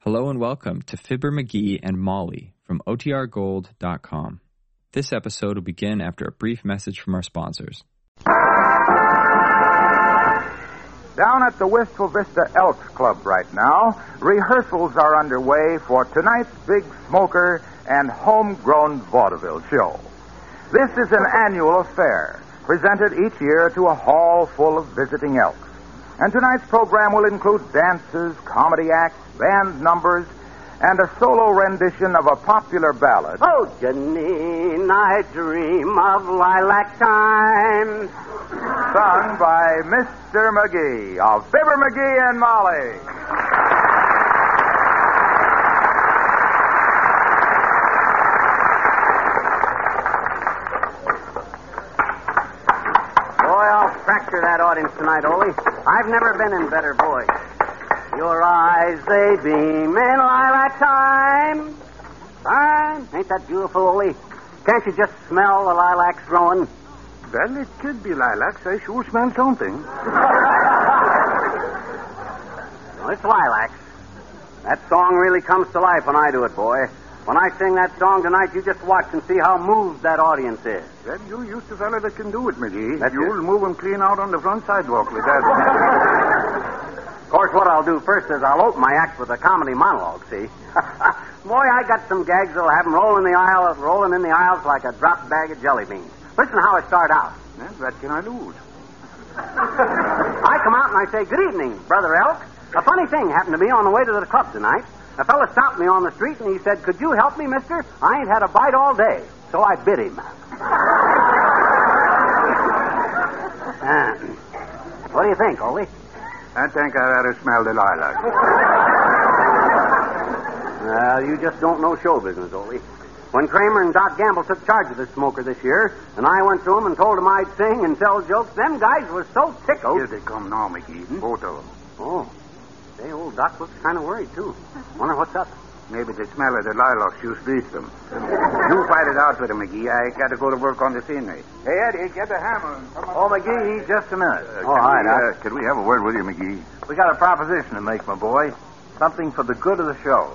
Hello and welcome to Fibber McGee and Molly from OTRGold.com. This episode will begin after a brief message from our sponsors. Down at the Wistful Vista Elks Club right now, rehearsals are underway for tonight's Big Smoker and Homegrown Vaudeville Show. This is an annual affair, presented each year to a hall full of visiting elks. And tonight's program will include dances, comedy acts, band numbers, and a solo rendition of a popular ballad. Oh, Janine, I dream of lilac time. sung by Mr. McGee of Fibber McGee and Molly. Boy, I'll fracture that audience tonight, Ole. I've never been in better voice. Your eyes, they beam in lilac time. Time. Ain't that beautiful, Ole? Can't you just smell the lilacs growing? Well, it could be lilacs. I sure smell something. No, it's lilacs. That song really comes to life when I do it, boy. When I sing that song tonight, you just watch and see how moved that audience is. Well, you used to fella that can do it, McGee. That's You'll it. move 'em clean out on the front sidewalk with that. Of course, what I'll do first is I'll open my act with a comedy monologue, see? Boy, I got some gags that'll have 'em rolling, the aisle, rolling in the aisles like a dropped bag of jelly beans. Listen how I start out. Well, what can I lose? I come out and I say, Good evening, Brother Elk. A funny thing happened to me on the way to the club tonight. A fella stopped me on the street and he said, Could you help me, mister? I ain't had a bite all day. So I bit him. Uh, what do you think, Ole? I think I'd rather smell the lilac. Well, you just don't know show business, Ole. When Kramer and Doc Gamble took charge of this smoker this year, and I went to 'em and told 'em I'd sing and tell jokes, them guys was so tickled. Oh, Here they come now, McGee. Both of 'em. Oh, say, old Doc looks kind of worried, too. Wonder what's up. Maybe the smell of the lilacs you sleep them. you fight it out with 'em, McGee. I got to go to work on the scenery. Hey, Eddie, get the hammer. And come up Oh, McGee, just a minute. Uh, all can right, we, I- uh, can we have a word with you, McGee? We got a proposition to make, my boy. Something for the good of the show.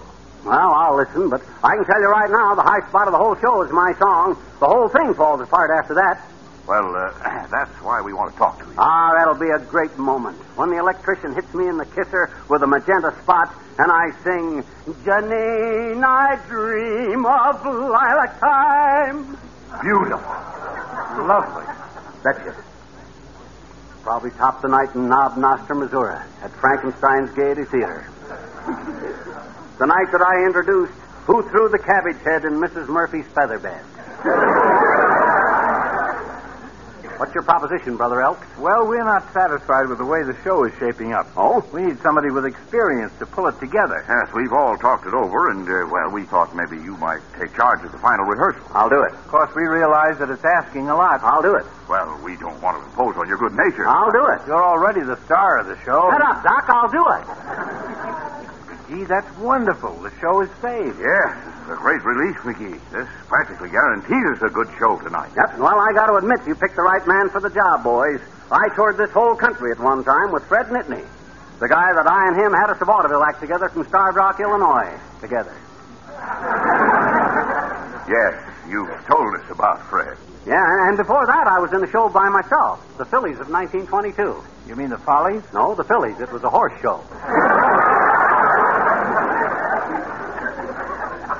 Well, I'll listen, but I can tell you right now the high spot of the whole show is my song. The whole thing falls apart after that. Well, uh, that's why we want to talk to you. Ah, that'll be a great moment when the electrician hits me in the kisser with a magenta spot and I sing, Janine, I dream of lilac time. Beautiful. Lovely. Betcha. Probably topped the night in Knob Noster, Missouri, at Frankenstein's Gaiety Theater. the night that I introduced Who Threw the Cabbage Head in Mrs. Murphy's Feather Bed. What's your proposition, Brother Elk? Well, we're not satisfied with the way the show is shaping up. Oh? We need somebody with experience to pull it together. Yes, we've all talked it over, and, uh, well, we thought maybe you might take charge of the final rehearsal. I'll do it. Of course, we realize that it's asking a lot. I'll do it. Well, we don't want to impose on your good nature. I'll do it. You're already the star of the show. Shut up, Doc. I'll do it. McGee, that's wonderful. The show is saved. Yes, it's a great relief, Mickey. This practically guarantees us a good show tonight. Yep. Well, I got to admit, you picked the right man for the job, boys. I toured this whole country at one time with Fred Nittany, the guy that I and him had a vaudeville act together from Starved Rock, Illinois, together. Yes, you've told us about Fred. Yeah, and- and before that, I was in a show by myself, the Phillies of 1922. You mean the Follies? No, the Phillies. It was a horse show.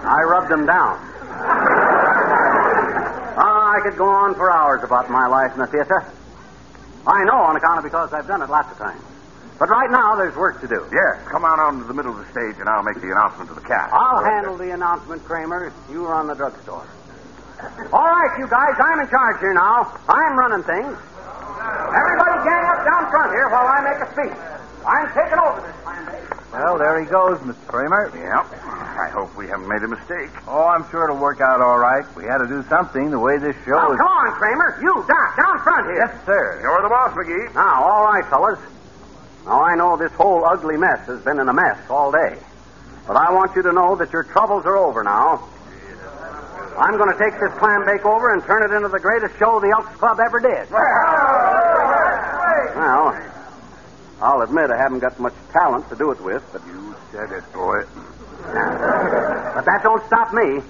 I rubbed them down. Ah, I could go on for hours about my life in the theater. I know on account of because I've done it lots of times. But right now, there's work to do. Yes, come on out into the middle of the stage, and I'll make the announcement to the cast. I'll handle the announcement, Kramer. You run the drugstore. All right, you guys, I'm in charge here now. I'm running things. Everybody gang up down front here while I make a speech. I'm taking over this time, Dave. Well, there he goes, Mr. Kramer. Yep. I hope we haven't made a mistake. Oh, I'm sure it'll work out all right. We had to do something the way this show Oh, is. come on, Kramer. You, Doc, down front here. Yes, sir. You're the boss, McGee. Now, all right, fellas. Now, I know this whole ugly mess has been in a mess all day. But I want you to know that your troubles are over now. I'm going to take this clam bake over and turn it into the greatest show the Elks Club ever did. Well, I'll admit I haven't got much talent to do it with, but You said it, boy. But that don't stop me.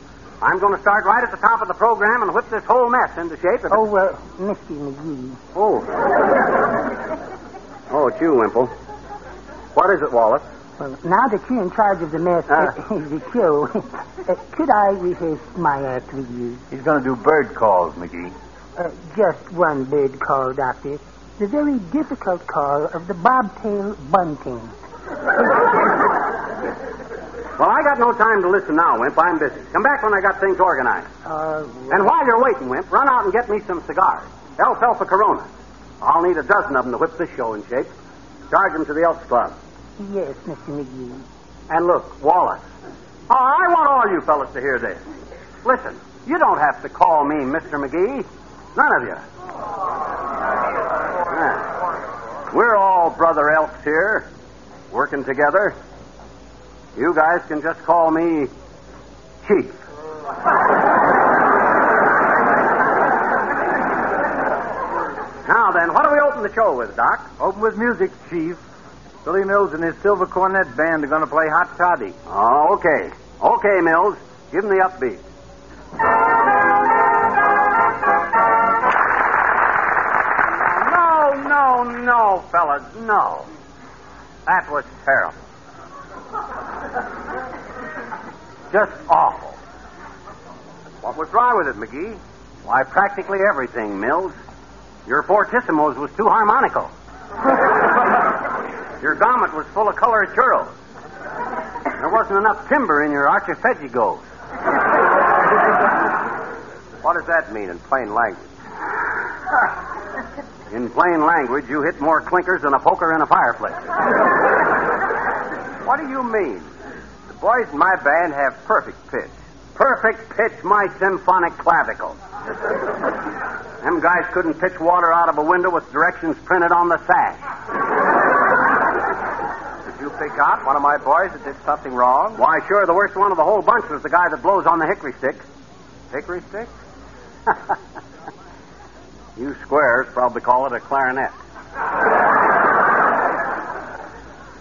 I'm going to start right at the top of the program and whip this whole mess into shape. If Oh, uh, Mr. McGee. Oh. oh, it's you, Wimple. What is it, Wallace? Well, now that you're in charge of the mess, Ah. uh, the show, uh, could I rehearse my act with you? He's going to do bird calls, McGee. Uh, just one bird call, Doctor. The very difficult call of the bobtail bunting. Well, I got no time to listen now, Wimp. I'm busy. Come back when I got things organized. Uh, And while you're waiting, Wimp, run out and get me some cigars. El Felpa Corona. I'll need a dozen of them to whip this show in shape. Charge them to the Elks Club. yes, Mr. McGee. And look, Wallace. Oh, I want all you fellas to hear this. Listen, you don't have to call me Mr. McGee. None of you. Yeah. We're all brother elks here, working together. You guys can just call me Chief. now then, what do we open the show with, Doc? Open with music, Chief. Billy Mills and his silver cornet band are going to play Hot Toddy. Oh, okay. Okay, Mills. Give him the upbeat. No, no, no, fellas, no. That was terrible. Just awful. What was wrong with it, McGee? Why, practically everything, Mills. Your fortissimos was too harmonical. Your garment was full of colored churros. There wasn't enough timber in your archipelagos. what does that mean in plain language? In plain language, you hit more clinkers than a poker in a fireplace. what do you mean? The boys in my band have perfect pitch. Perfect pitch, my symphonic clavicle. Them guys couldn't pitch water out of a window with directions printed on the sash. Did you pick out one of my boys that did something wrong? Why, sure. The worst one of the whole bunch was the guy that blows on the hickory stick. Hickory stick? you squares probably call it a clarinet.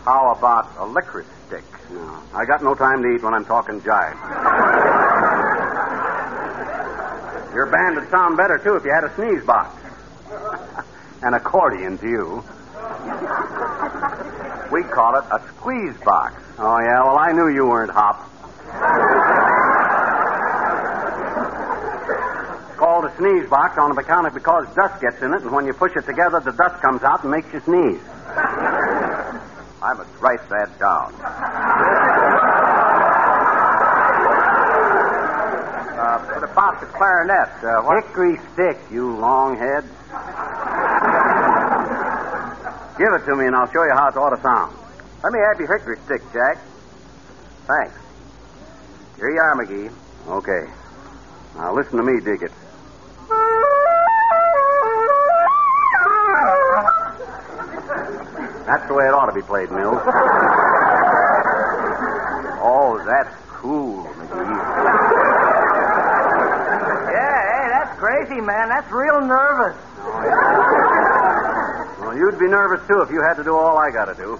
How about a licorice stick? No, I got no time to eat when I'm talking jive. Your band would sound better, too, if you had a sneeze box. An accordion to you. We call it a squeeze box. Oh, yeah, well, I knew you weren't hop. It's called a sneeze box on account of because dust gets in it, and when you push it together, the dust comes out and makes you sneeze. I must write that down. Uh, but about the clarinet, uh, what... Hickory stick, you longhead. Give it to me, and I'll show you how it ought to sound. Let me have your hickory stick, Jack. Thanks. Here you are, McGee. Okay. Now listen to me, Diggett. That's the way it ought to be played, Mills. oh, that's cool, McGee. Yeah, hey, that's crazy, man. That's real nervous. Well, you'd be nervous, too, if you had to do all I got to do.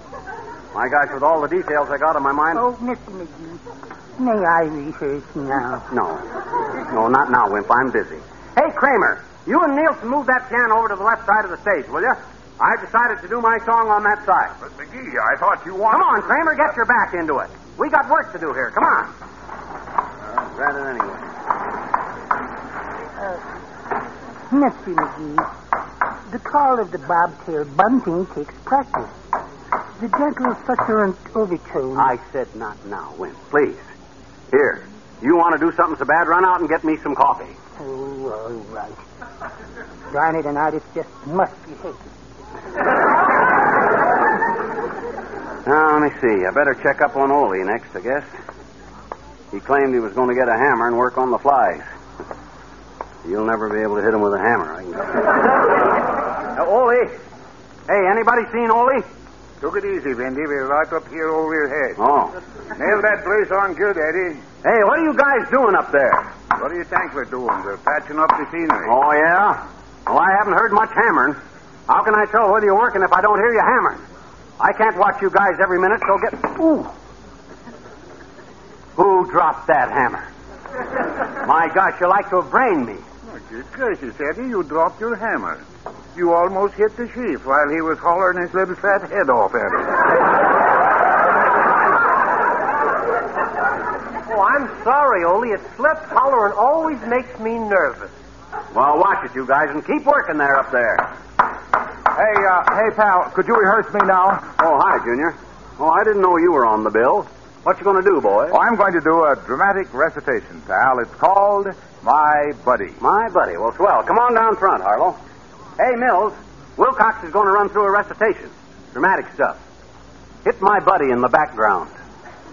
My gosh, with all the details I got in my mind. Oh, Mr. McGee, may I rehearse now? No. No, not now, Wimp. I'm busy. Hey, Kramer, you and Nielsen move that piano over to the left side of the stage, will you? I've decided to do my song on that side. But McGee, I thought you wanted. Come on, Kramer, get your back into it. We got work to do here. Come on. Grab it anyway. Mr. McGee, the call of the bobtail bunting takes practice. The gentle, succulent overtone. I said not now, Wimp. Please. Here. You want to do something so bad, run out and get me some coffee. Oh, all right. Darn it, an artist just must be hated. Now, Ah, let me see. I better check up on Ole next, I guess. He claimed he was going to get a hammer and work on the flies. You'll never be able to hit him with a hammer, I can tell you. uh, Ole. Hey, anybody seen Ole? Took it easy, Wendy. We're right up here over your head. Oh. Nail that place on good, Eddie. Hey, what are you guys doing up there? What do you think we're doing? We're patching up the scenery. Oh, yeah? Well, I haven't heard much hammering. How can I tell whether you're working if I don't hear you hammering? I can't watch you guys every minute, so get. Ooh. Who dropped that hammer? My gosh, you're like to have brained me. Good gracious, Eddie, Oh, you dropped your hammer. You almost hit the chief while he was hollering his little fat head off at it. Oh, I'm sorry, Ole. It slipped. Hollering always makes me nervous. Well, watch it, you guys, and keep working there up there. Hey, uh, hey, pal, could you rehearse me now? Oh, hi, Junior. Oh, I didn't know you were on the bill. What you gonna do, boy? Oh, I'm going to do a dramatic recitation, pal. It's called My Buddy. My buddy. Well, swell. Come on down front, Harlow. Hey, Mills. Wilcox is going to run through a recitation. Dramatic stuff. Hit my buddy in the background.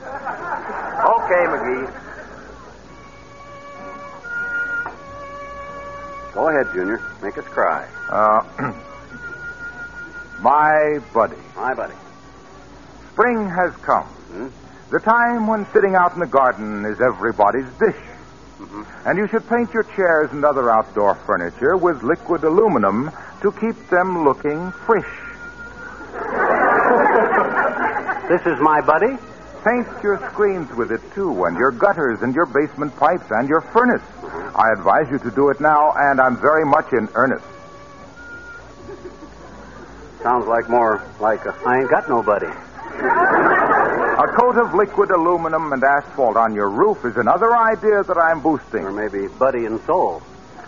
Okay, McGee. Go ahead, Junior. Make us cry. Uh, my buddy. My buddy. Spring has come. The time when sitting out in the garden is everybody's dish. And you should paint your chairs and other outdoor furniture with liquid aluminum to keep them looking fresh. This is my buddy? Paint your screens with it, too, and your gutters and your basement pipes and your furnace. I advise you to do it now, and I'm very much in earnest. Sounds like more like a, I ain't got nobody. A coat of liquid aluminum and asphalt on your roof is another idea that I'm boosting. Or maybe buddy and soul.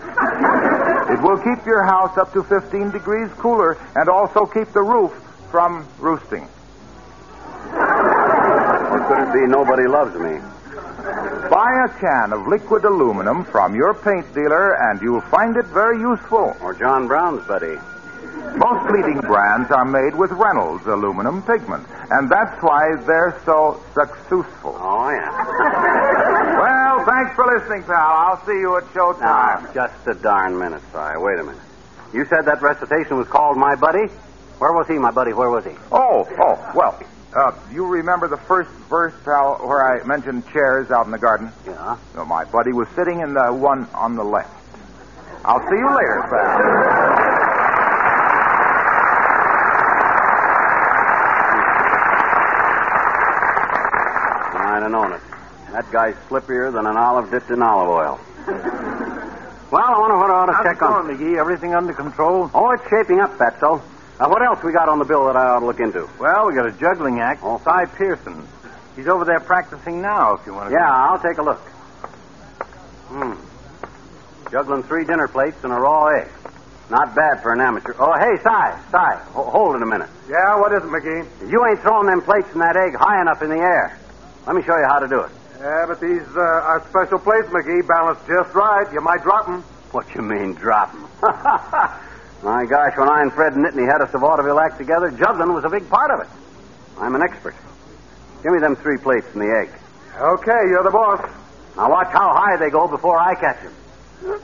It will keep your house up to 15 degrees cooler and also keep the roof from roosting. Or could it be nobody loves me? Buy a can of liquid aluminum from your paint dealer and you'll find it very useful. Or John Brown's buddy? Most leading brands are made with Reynolds aluminum pigment, and that's why they're so successful. Oh, yeah. Well, thanks for listening, pal. I'll see you at showtime. Now, just a darn minute, Si. Wait a minute. You said that recitation was called My Buddy? Where was he, my buddy? Where was he? Oh, oh, well, uh, you remember the first verse, pal, where I mentioned chairs out in the garden? Yeah. No, my buddy was sitting in the one on the left. I'll see you later, pal. I'd have known it. That guy's slipperier than an olive dipped in olive oil. well, I wonder what I ought to How's check it going, on. McGee? Everything under control? Oh, it's shaping up, Fatso. Now, what else we got on the bill that I ought to look into? Well, we got a juggling act. Oh. Cy Pearson. He's over there practicing now, if you want to. Yeah, I'll take a look. Hmm. Juggling three dinner plates and a raw egg. Not bad for an amateur. Oh, hey, Si, Si, ho- hold it a minute. Yeah, what is it, McGee? You ain't throwing them plates and that egg high enough in the air. Let me show you how to do it. Yeah, but these uh, are special plates, McGee. Balanced just right. You might drop them. What you mean, drop 'em? My gosh, when I and Fred Nittany had us a vaudeville act together, juggling was a big part of it. I'm an expert. Give me them three plates and the egg. Okay, you're the boss. Now watch how high they go before I catch 'em.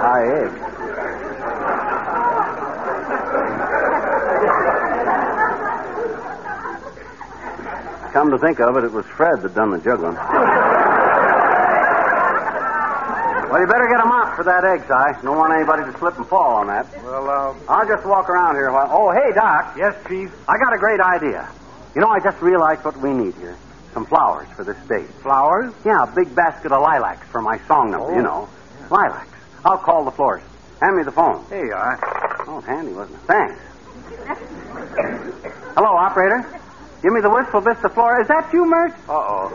High egg. Come to think of it, it was Fred that done the juggling. well, you better get 'em out for that egg, Si. Don't want anybody to slip and fall on that. Well, uh, I'll just walk around here a while. Oh, hey, Doc. yes, Chief. I got a great idea. You know, I just realized what we need here. Some flowers for this stage. Flowers? Yeah, a big basket of lilacs for my song number, you know. Lilacs. I'll call the florist. Hand me the phone. Here you are. Oh, it's handy, wasn't it? Thanks. Hello, operator. Give me the Wistful Vista floor. Is that you, Mert? Uh-oh.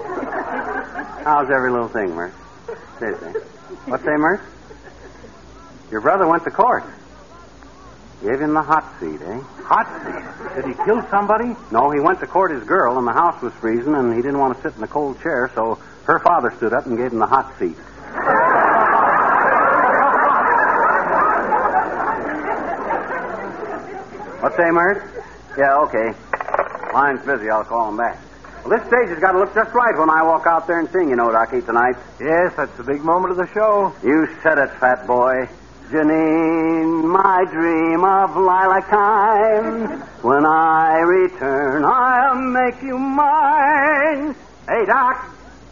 How's every little thing, Mert? Seriously. What say, Mert? Your brother went to court. Gave him the hot seat, eh? Hot seat. Did he kill somebody? No, he went to court his girl, and the house was freezing, and he didn't want to sit in the cold chair, so her father stood up and gave him the hot seat. What say, Mert? Yeah, okay. Line's busy. I'll call him back. Well, this stage has got to look just right when I walk out there and sing, you know, Doc, tonight. Yes, that's the big moment of the show. You said it, fat boy. Janine, my dream of lilac time. When I return, I'll make you mine. Hey, Doc.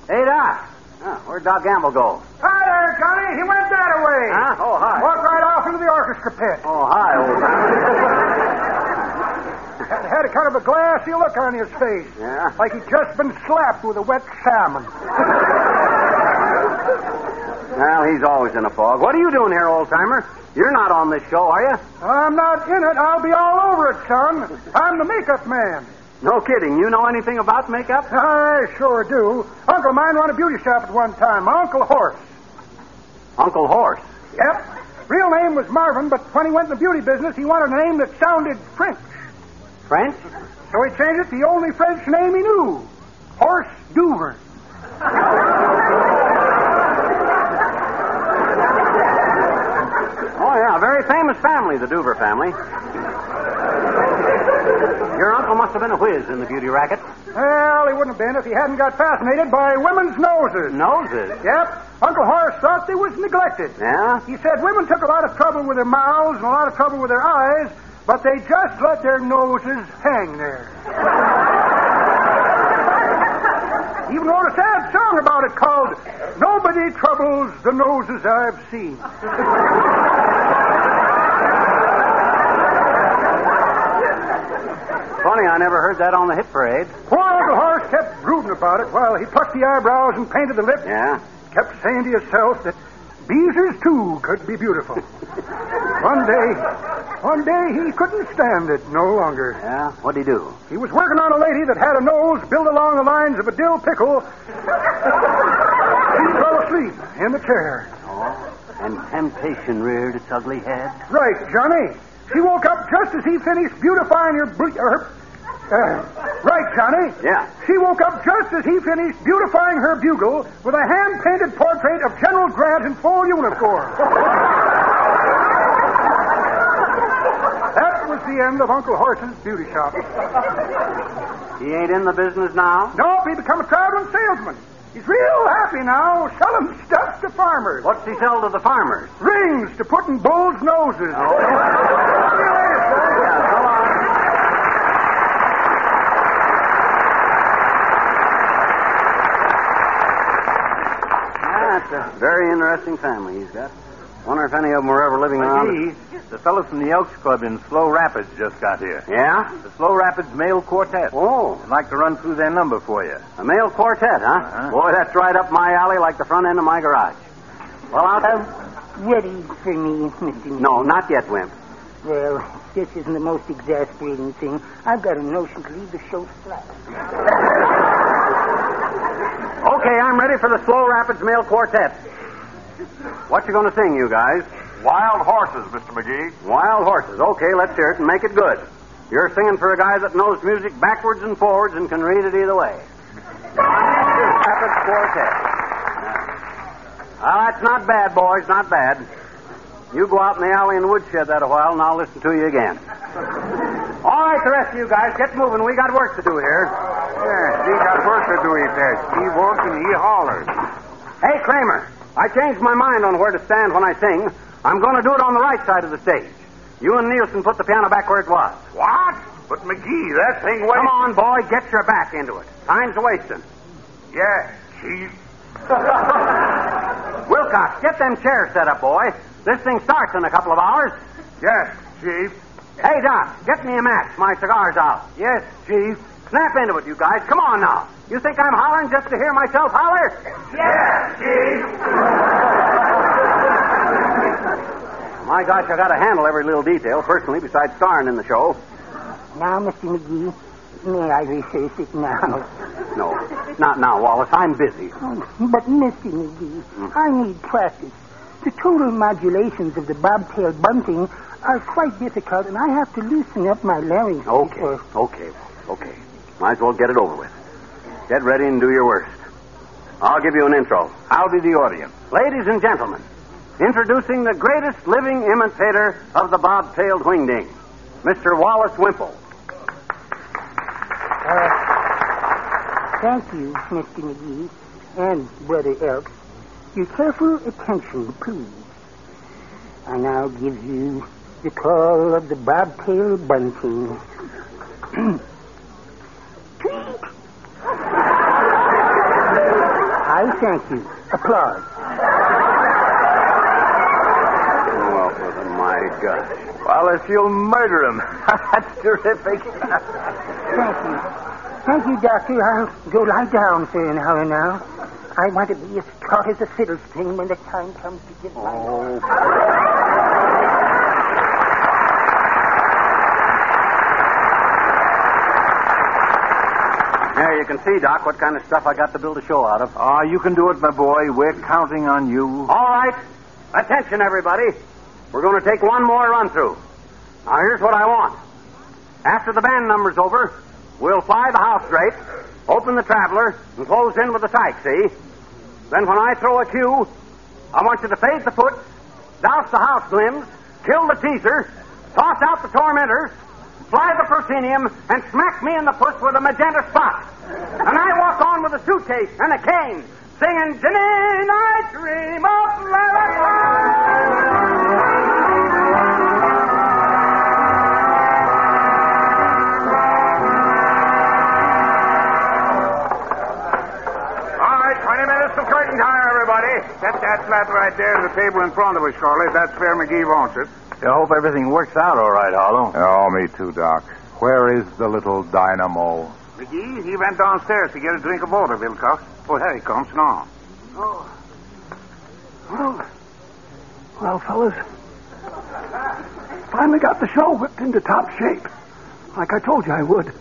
Hey, Doc. Huh, where'd Doc Gamble go? Hi there, Johnny. He went that way. Huh? Oh, hi. Walked right off into the orchestra pit. Oh, hi, old Had had a kind of a glassy look on his face. Yeah. Like he'd just been slapped with a wet salmon. Well, he's always in a fog. What are you doing here, old timer? You're not on this show, are you? I'm not in it. I'll be all over it, son. I'm the makeup man. No kidding. You know anything about makeup? I sure do. Uncle of mine ran a beauty shop at one time. My Uncle Horace. Uncle Horse. Yep. Real name was Marvin, but when he went in the beauty business, he wanted a name that sounded French. French? So he changed it to the only French name he knew Horse Duver. Oh, yeah. Very famous family, the Duver family. Your uncle must have been a whiz in the beauty racket. Well, he wouldn't have been if he hadn't got fascinated by women's noses. Noses. Yep. Uncle Horace thought they was neglected. Yeah? He said women took a lot of trouble with their mouths and a lot of trouble with their eyes, but they just let their noses hang there. He Even wrote a sad song about it called Nobody Troubles the Noses I've Seen. Funny, I never heard that on the hit parade. Poor Uncle Horace kept brooding about it while he plucked the eyebrows and painted the lips. Yeah? kept saying to yourself that Beezers, too, could be beautiful. one day, one day he couldn't stand it no longer. Yeah? What'd he do? He was working on a lady that had a nose built along the lines of a dill pickle. he fell asleep in the chair. Oh. And temptation reared its ugly head. Right, Johnny. She woke up just as he finished beautifying her. Ble- her uh, right, Johnny. Yeah. She woke up just as he finished beautifying her bugle with a hand painted portrait of General Grant in full uniform. that was the end of Uncle Horace's beauty shop. He ain't in the business now? Nope, he become a traveling salesman. He's real happy now, selling stuff to farmers. What's he sell to the farmers? Rings to put in bulls' noses. Yeah, that's a very interesting family he's got. Wonder if any of them were ever living around. McGee, the fellows from the Elks Club in Slow Rapids just got here. Yeah? The Slow Rapids Male Quartet. Oh, I'd like to run through their number for you. a male quartet, huh? Uh-huh. Boy, that's right up my alley like the front end of my garage. Well, I'll Uh, ready for me, Mr. Neal? No, not yet, Wimp. Well, this isn't the most exasperating thing. I've got a notion to leave the show flat. Okay, I'm ready for the Slow Rapids Male Quartet. What you gonna sing, you guys? Wild horses, Mr. McGee. Wild horses. Okay, let's hear it and make it good. You're singing for a guy that knows music backwards and forwards and can read it either way. Rapid quartet. Ah, that's not bad, boys. Not bad. You go out in the alley and woodshed that a while, and I'll listen to you again. All right, the rest of you guys, get moving. We got work to do here. Yes, he got work to do, he says. He works and he hollers. Hey, Kramer, I changed my mind on where to stand when I sing. I'm going to do it on the right side of the stage. You and Nielsen put the piano back where it was. What? But McGee, that thing went. Come on, boy, get your back into it. Time's wasting. Yeah, Chief. Wilcox, get them chairs set up, boy. This thing starts in a couple of hours. Yes, Chief. Hey, Doc, get me a match. My cigar's out. Yes, Chief. Snap into it, you guys. Come on now. You think I'm hollering just to hear myself holler? Yes, Chief. My gosh, I gotta handle every little detail personally, besides starring in the show. Now, Mr. McGee, may I rehearse it now? No, not now, Wallace. I'm busy. But, Mr. McGee, I need practice. The tonal modulations of the bobtail bunting are quite difficult, and I have to loosen up my larynx. Okay, before- okay, okay. Might as well get it over with. Get ready and do your worst. I'll give you an intro. Howdy, the audience. Ladies and gentlemen, introducing the greatest living imitator of the bob-tailed wingding, Mr. Wallace Wimple. Thank you, Mr. McGee, and Brother Elks. Your careful attention, please. I now give you the call of the bobtail bunting. Tweet! I thank you. Applause. Oh, for the my gosh. Wallace, you'll murder him. That's terrific. Thank you. Thank you, Doctor. I'll go lie down for an hour now. I want to be as taut as a fiddle string when the time comes to give my There you can see, Doc, what kind of stuff I got to build a show out of. Ah, you can do it, my boy. We're counting on you. All right. Attention, everybody. We're going to take one more run through. Now, here's what I want. After the band number's over, we'll fly the house straight, open the traveler, and close in with the psych, see? Then when I throw a cue, I want you to fade the foot, douse the house limbs, kill the teaser, toss out the tormentors, fly the proscenium, and smack me in the puss with a magenta spot. And I walk on with a suitcase and a cane, singing, Janine, I dream of Larry. All right, 20 minutes to curtain time, everybody. Set that flat right there to the table in front of us, Charlie. That's where McGee wants it. I hope everything works out all right, Harlow. Oh, me too, Doc. Where is the little dynamo? McGee, he went downstairs to get a drink of water, Wilcox. Oh, there he comes now. Well, fellas, finally got the show whipped into top shape, like I told you I would.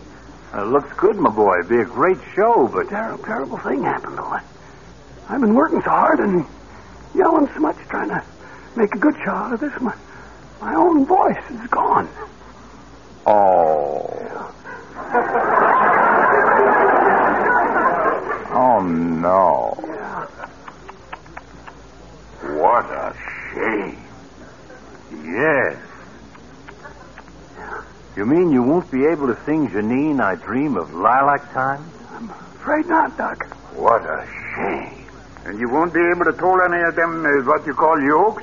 Uh, looks good, my boy. Be a great show, but Terrible, terrible thing happened, though. I- I've been working so hard and yelling so much, trying to make a good show out of this. My, my own voice is gone. Oh. oh, no. What a shame. yes. You mean you won't be able to sing Janine, I Dream of Lilac Time? Afraid not, Doc. What a shame. And you won't be able to toll any of them, uh, what you call yokes?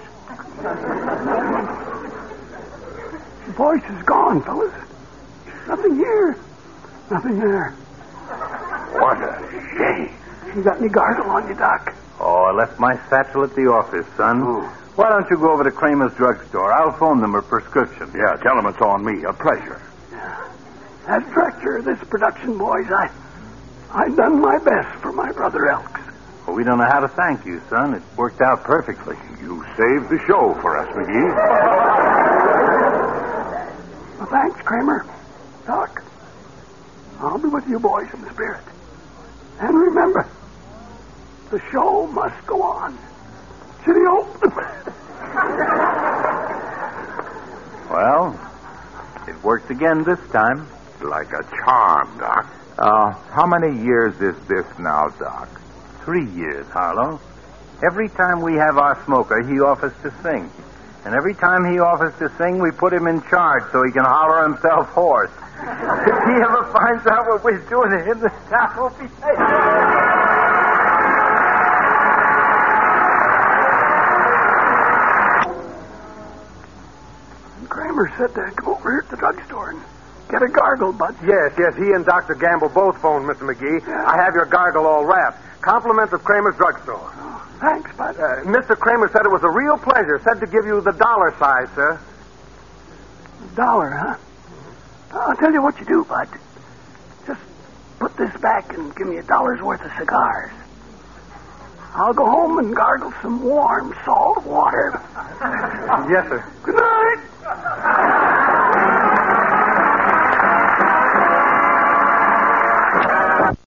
The voice is gone, fellas. Nothing here. Nothing there. What a shame. You got any gargle on you, Doc? Oh, I left my satchel at the office, son. Why don't you go over to Kramer's drugstore? I'll phone them a prescription. Yeah, tell them it's on me. A pleasure. As director of this production, boys, I I done my best for my brother Elks. Well, we don't know how to thank you, son. It worked out perfectly. You saved the show for us, McGee. Well, thanks, Kramer. Doc. I'll be with you boys in the spirit. And remember, the show must go on. Cheerio. Well, it worked again this time. Like a charm, Doc. Uh, how many years is this now, Doc? Three years, Harlow. Every time we have our smoker, he offers to sing. And every time he offers to sing, we put him in charge so he can holler himself hoarse. if he ever finds out what we're doing to him, the town will be taken. Kramer said to come over here to the drugstore and get a gargle, bud. Yes, yes, he and Dr. Gamble both phoned, Mr. McGee. I have your gargle all wrapped. Compliments of Kramer's drugstore. Oh, Thanks, bud. Uh, Mr. Kramer said it was a real pleasure. Said to give you the dollar size, sir. dollar, huh? I'll tell you what you do, bud. Just put this back and give me a dollar's worth of cigars. I'll go home and gargle some warm salt water. Yes, sir. Good night.